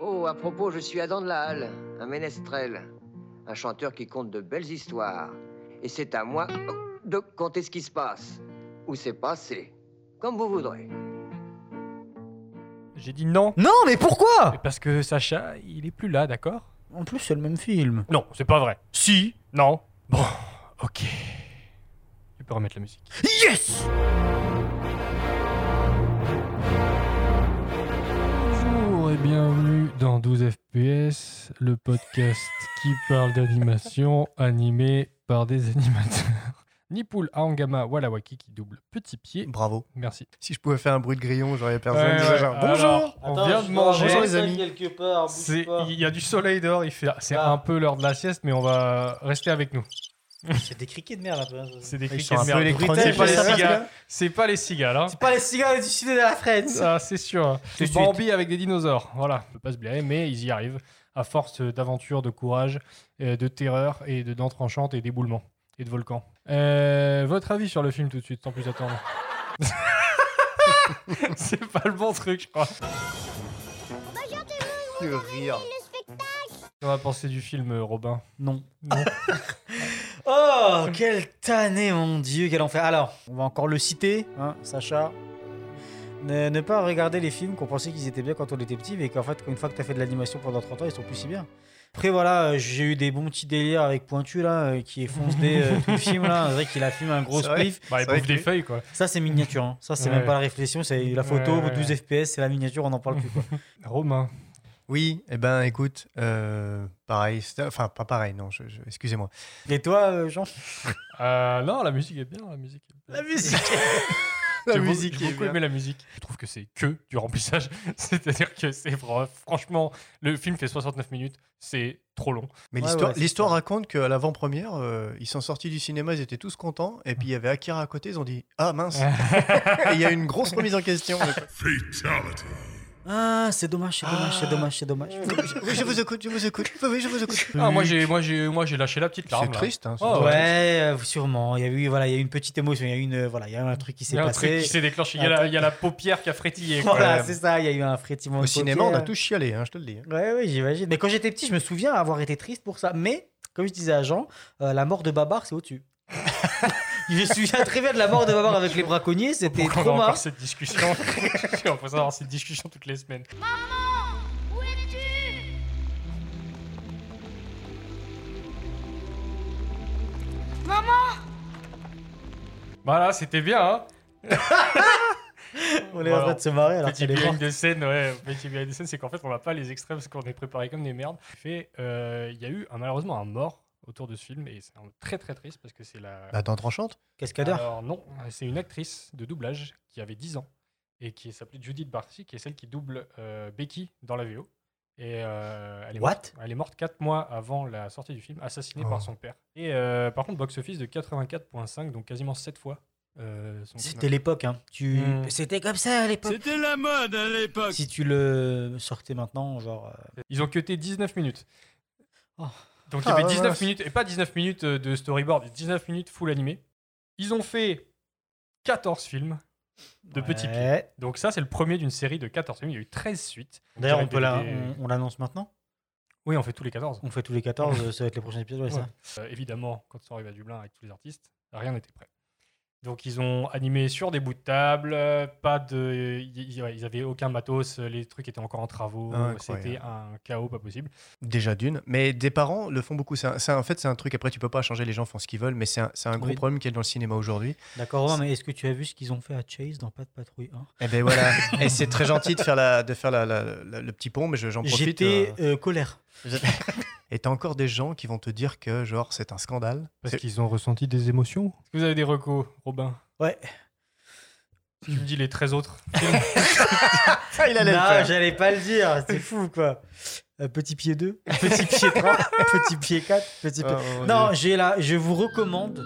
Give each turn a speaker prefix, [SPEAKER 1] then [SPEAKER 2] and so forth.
[SPEAKER 1] Oh, à propos, je suis Adam de la Halle, un ménestrel, un chanteur qui conte de belles histoires. Et c'est à moi de compter ce qui se passe, ou c'est passé, comme vous voudrez.
[SPEAKER 2] J'ai dit non.
[SPEAKER 3] Non, mais pourquoi
[SPEAKER 2] Parce que Sacha, il est plus là, d'accord
[SPEAKER 3] En plus, c'est le même film.
[SPEAKER 2] Non, c'est pas vrai. Si, non. Bon, ok. Tu peux remettre la musique.
[SPEAKER 3] Yes
[SPEAKER 2] Bonjour et bienvenue dans 12 FPS, le podcast qui parle d'animation animée par des animateurs. Nipul Aangama Walawaki qui double Petit Pied.
[SPEAKER 3] Bravo.
[SPEAKER 2] Merci.
[SPEAKER 3] Si je pouvais faire un bruit de grillon, j'aurais perdu.
[SPEAKER 2] Ouais,
[SPEAKER 3] un
[SPEAKER 2] ouais,
[SPEAKER 3] genre,
[SPEAKER 2] Euh, alors,
[SPEAKER 3] Bonjour
[SPEAKER 2] On
[SPEAKER 4] Attends,
[SPEAKER 2] vient
[SPEAKER 4] je
[SPEAKER 2] de
[SPEAKER 4] dois
[SPEAKER 2] manger.
[SPEAKER 4] avoir
[SPEAKER 3] les
[SPEAKER 4] ça
[SPEAKER 3] amis.
[SPEAKER 4] quelque part, bouge
[SPEAKER 2] C'est-
[SPEAKER 4] pas.
[SPEAKER 2] Il y a du soleil dehors, il fait, c'est
[SPEAKER 4] Ah.
[SPEAKER 2] un peu l'heure de la sieste, mais on va rester avec nous.
[SPEAKER 4] C'est des criquets de merde un peu. hein, ça.
[SPEAKER 2] C'est des
[SPEAKER 3] Ils
[SPEAKER 2] criquets
[SPEAKER 3] sont
[SPEAKER 2] de
[SPEAKER 3] un peu
[SPEAKER 2] merde.
[SPEAKER 3] électroniques.
[SPEAKER 2] C'est pas
[SPEAKER 4] je
[SPEAKER 2] les
[SPEAKER 4] sais pas
[SPEAKER 2] cigales. C'est pas les cigales, hein.
[SPEAKER 4] C'est pas les cigares du sud de la France.
[SPEAKER 2] Ça, c'est sûr.
[SPEAKER 3] de
[SPEAKER 2] C'est
[SPEAKER 3] suite.
[SPEAKER 2] Bambi avec des dinosaures. Voilà, on peut pas se blairer, mais ils y arrivent à force d'aventure, de courage, euh, de terreur et de dents tranchantes et d'éboulements et de volcans. Euh, votre avis sur le film tout de suite, sans plus attendre. c'est pas le bon truc, je crois.
[SPEAKER 3] Le rire.
[SPEAKER 2] On va penser du film euh, Robin.
[SPEAKER 3] Non.
[SPEAKER 2] Non.
[SPEAKER 4] Oh, quelle tannée, mon dieu, quel enfer. Alors,
[SPEAKER 3] On va encore le citer, hein, Sacha.
[SPEAKER 4] ne, ne pas regarder les films qu'on pensait qu'ils étaient bien quand on était petit, mais qu'en fait, une fois que t'as fait de l'animation pendant 30 ans, ils sont plus si bien. Après, voilà, euh, j'ai eu des bons petits délires avec Pointu, là, euh, qui est fonce des euh, tout le film, là. C'est vrai qu'il a filmé un gros
[SPEAKER 3] C'est vrai.
[SPEAKER 4] spliff.
[SPEAKER 2] Bah,
[SPEAKER 3] C'est
[SPEAKER 2] il
[SPEAKER 3] vrai
[SPEAKER 2] bouffe
[SPEAKER 3] que-
[SPEAKER 2] des feuilles, quoi.
[SPEAKER 4] Ça, c'est miniature. hein. Ça, c'est
[SPEAKER 2] Ouais.
[SPEAKER 4] même pas la réflexion, c'est la photo,
[SPEAKER 2] Ouais, ouais,
[SPEAKER 4] 12 FPS, c'est la miniature, on en parle plus, quoi.
[SPEAKER 2] Romain.
[SPEAKER 3] Oui, eh ben écoute, euh, pareil, c'est- enfin pas pareil, non, je- je- excusez-moi.
[SPEAKER 4] Et toi, euh, Jean
[SPEAKER 2] Euh, non, la musique est bien, la musique. est bien. J'ai beau-
[SPEAKER 4] musique
[SPEAKER 2] j'ai beaucoup aimé la musique. Je trouve que c'est que du remplissage. C'est-à-dire que c'est vra- franchement, le film fait 69 minutes, c'est trop long.
[SPEAKER 3] Mais
[SPEAKER 4] Ouais,
[SPEAKER 3] l'histoire
[SPEAKER 4] ouais, c'est
[SPEAKER 3] l'histoire
[SPEAKER 4] ça.
[SPEAKER 3] raconte qu'à l'avant-première, euh, ils sont sortis du cinéma, ils étaient tous contents, et puis il y avait Akira à côté, ils ont dit Ah mince Et il y a une grosse remise en question.
[SPEAKER 4] Ah, c'est dommage, c'est dommage, c'est
[SPEAKER 3] Ah.
[SPEAKER 4] dommage, c'est dommage.
[SPEAKER 3] oui, je vous écoute, je vous écoute, oui, oui, je vous écoute.
[SPEAKER 2] Ah, moi j'ai moi j'ai moi j'ai lâché la petite larme.
[SPEAKER 3] C'est
[SPEAKER 2] là.
[SPEAKER 3] triste, hein, c'est
[SPEAKER 2] Oh,
[SPEAKER 3] triste.
[SPEAKER 4] Ouais, euh, sûrement. Il y a eu, voilà, il y a eu une petite émotion. Il y a eu une, voilà, il y a eu un truc qui
[SPEAKER 2] Il y
[SPEAKER 4] s'est
[SPEAKER 2] a un truc
[SPEAKER 4] passé.
[SPEAKER 2] qui s'est déclenché. Il y, a la, il y a la paupière qui a frétillé. quoi.
[SPEAKER 4] voilà, c'est ça. Il y a eu un frétiment.
[SPEAKER 3] Au
[SPEAKER 4] de
[SPEAKER 3] cinéma, on a
[SPEAKER 4] paupières.
[SPEAKER 3] tous chialé, hein, je te le dis.
[SPEAKER 4] euh, Ouais, ouais, j'imagine. Mais quand j'étais petit, je me souviens avoir été triste pour ça. Mais comme je disais à Jean, euh, la mort de Babar, c'est au-dessus. je me souviens très bien de la mort de Babar avec les braconniers. C'était
[SPEAKER 2] Pourquoi
[SPEAKER 4] trop
[SPEAKER 2] on a
[SPEAKER 4] marrant.
[SPEAKER 2] encore cette discussion On peut avoir cette discussion toutes les semaines. Voilà, c'était bien. Hein
[SPEAKER 4] On est en train de se marrer alors
[SPEAKER 2] Petit
[SPEAKER 4] qu'elle est morte.
[SPEAKER 2] behind the scène, ouais. Petit behind the scène, c'est qu'en fait, on n'a pas les extrêmes parce qu'on est préparé comme des merdes. En fait, euh, il y a eu un- malheureusement un mort autour de ce film et c'est un- très très triste parce que c'est la.
[SPEAKER 3] La dent tranchante
[SPEAKER 4] Cascadeur.
[SPEAKER 2] Alors non, c'est une actrice de doublage qui avait 10 ans et qui s'appelait Judith Barcy, qui est celle qui double euh, Becky dans la VO. Et euh, elle, est
[SPEAKER 4] What
[SPEAKER 2] morte, elle est morte 4 mois avant la sortie du film, assassinée
[SPEAKER 3] Oh.
[SPEAKER 2] par son père. Et euh, par contre, box-office de 84,5, donc quasiment 7 fois. euh, son film.
[SPEAKER 4] C'était l'époque, hein. Tu...
[SPEAKER 2] Hmm.
[SPEAKER 4] C'était comme ça à l'époque.
[SPEAKER 5] C'était la mode à l'époque.
[SPEAKER 4] Si tu le sortais maintenant, genre. euh,
[SPEAKER 2] Ils ont cuté 19 minutes.
[SPEAKER 4] Oh.
[SPEAKER 2] Donc il
[SPEAKER 3] Ah,
[SPEAKER 2] y avait
[SPEAKER 3] ouais,
[SPEAKER 2] 19
[SPEAKER 3] ouais.
[SPEAKER 2] minutes, et pas 19 minutes euh, de storyboard, 19 minutes full animé. Ils ont fait 14 films de petits pieds.
[SPEAKER 4] ouais.
[SPEAKER 2] Donc ça, c'est le premier d'une série de 14 films. Il y a eu 13 suites.
[SPEAKER 4] D'ailleurs, on
[SPEAKER 2] Avec
[SPEAKER 4] peut la,
[SPEAKER 2] des-
[SPEAKER 4] on, on l'annonce maintenant.
[SPEAKER 2] Oui, on fait tous les 14.
[SPEAKER 4] On fait tous les 14, euh, ça va être les prochains épisodes, ouais, ça.
[SPEAKER 2] Euh, évidemment, quand ils sont arrivés à Dublin avec tous les artistes, rien n'était prêt. Donc ils ont animé sur des bouts de table, euh, pas de, ils, ils- ouais, ils avaient aucun matos, euh, les trucs étaient encore en travaux,
[SPEAKER 3] Incroyable.
[SPEAKER 2] c'était un chaos pas possible.
[SPEAKER 3] Déjà d'une, mais des parents le font beaucoup. C'est un- c'est un- en fait, c'est un truc, après, tu peux pas changer, les gens font ce qu'ils veulent, mais c'est un, c'est un gros
[SPEAKER 4] Oui.
[SPEAKER 3] problème qu'il y a dans le cinéma aujourd'hui.
[SPEAKER 4] D'accord, Romain, mais est-ce que tu as vu ce qu'ils ont fait à Chase dans Pas de Patrouille 1
[SPEAKER 3] Et ben voilà, et c'est très gentil de faire, la, de faire la- la- la- le petit pont, mais je- j'en profite.
[SPEAKER 4] J'étais
[SPEAKER 3] euh,
[SPEAKER 4] euh, colère.
[SPEAKER 3] Et t'as encore des gens qui vont te dire que, genre, c'est un scandale.
[SPEAKER 2] Parce
[SPEAKER 3] C'est-
[SPEAKER 2] qu'ils ont ressenti des émotions. Est-ce que vous avez des recos, Robin
[SPEAKER 4] Ouais.
[SPEAKER 2] Tu me dis les 13 autres.
[SPEAKER 3] Ah, il allait le
[SPEAKER 4] non,
[SPEAKER 3] faire.
[SPEAKER 4] j'allais pas le dire, c'est fou quoi. Euh, petit pied 2, petit pied 3, petit pied 4, petit pied.
[SPEAKER 3] Oh, mon
[SPEAKER 4] non,
[SPEAKER 3] Dieu.
[SPEAKER 4] j'ai là, je vous recommande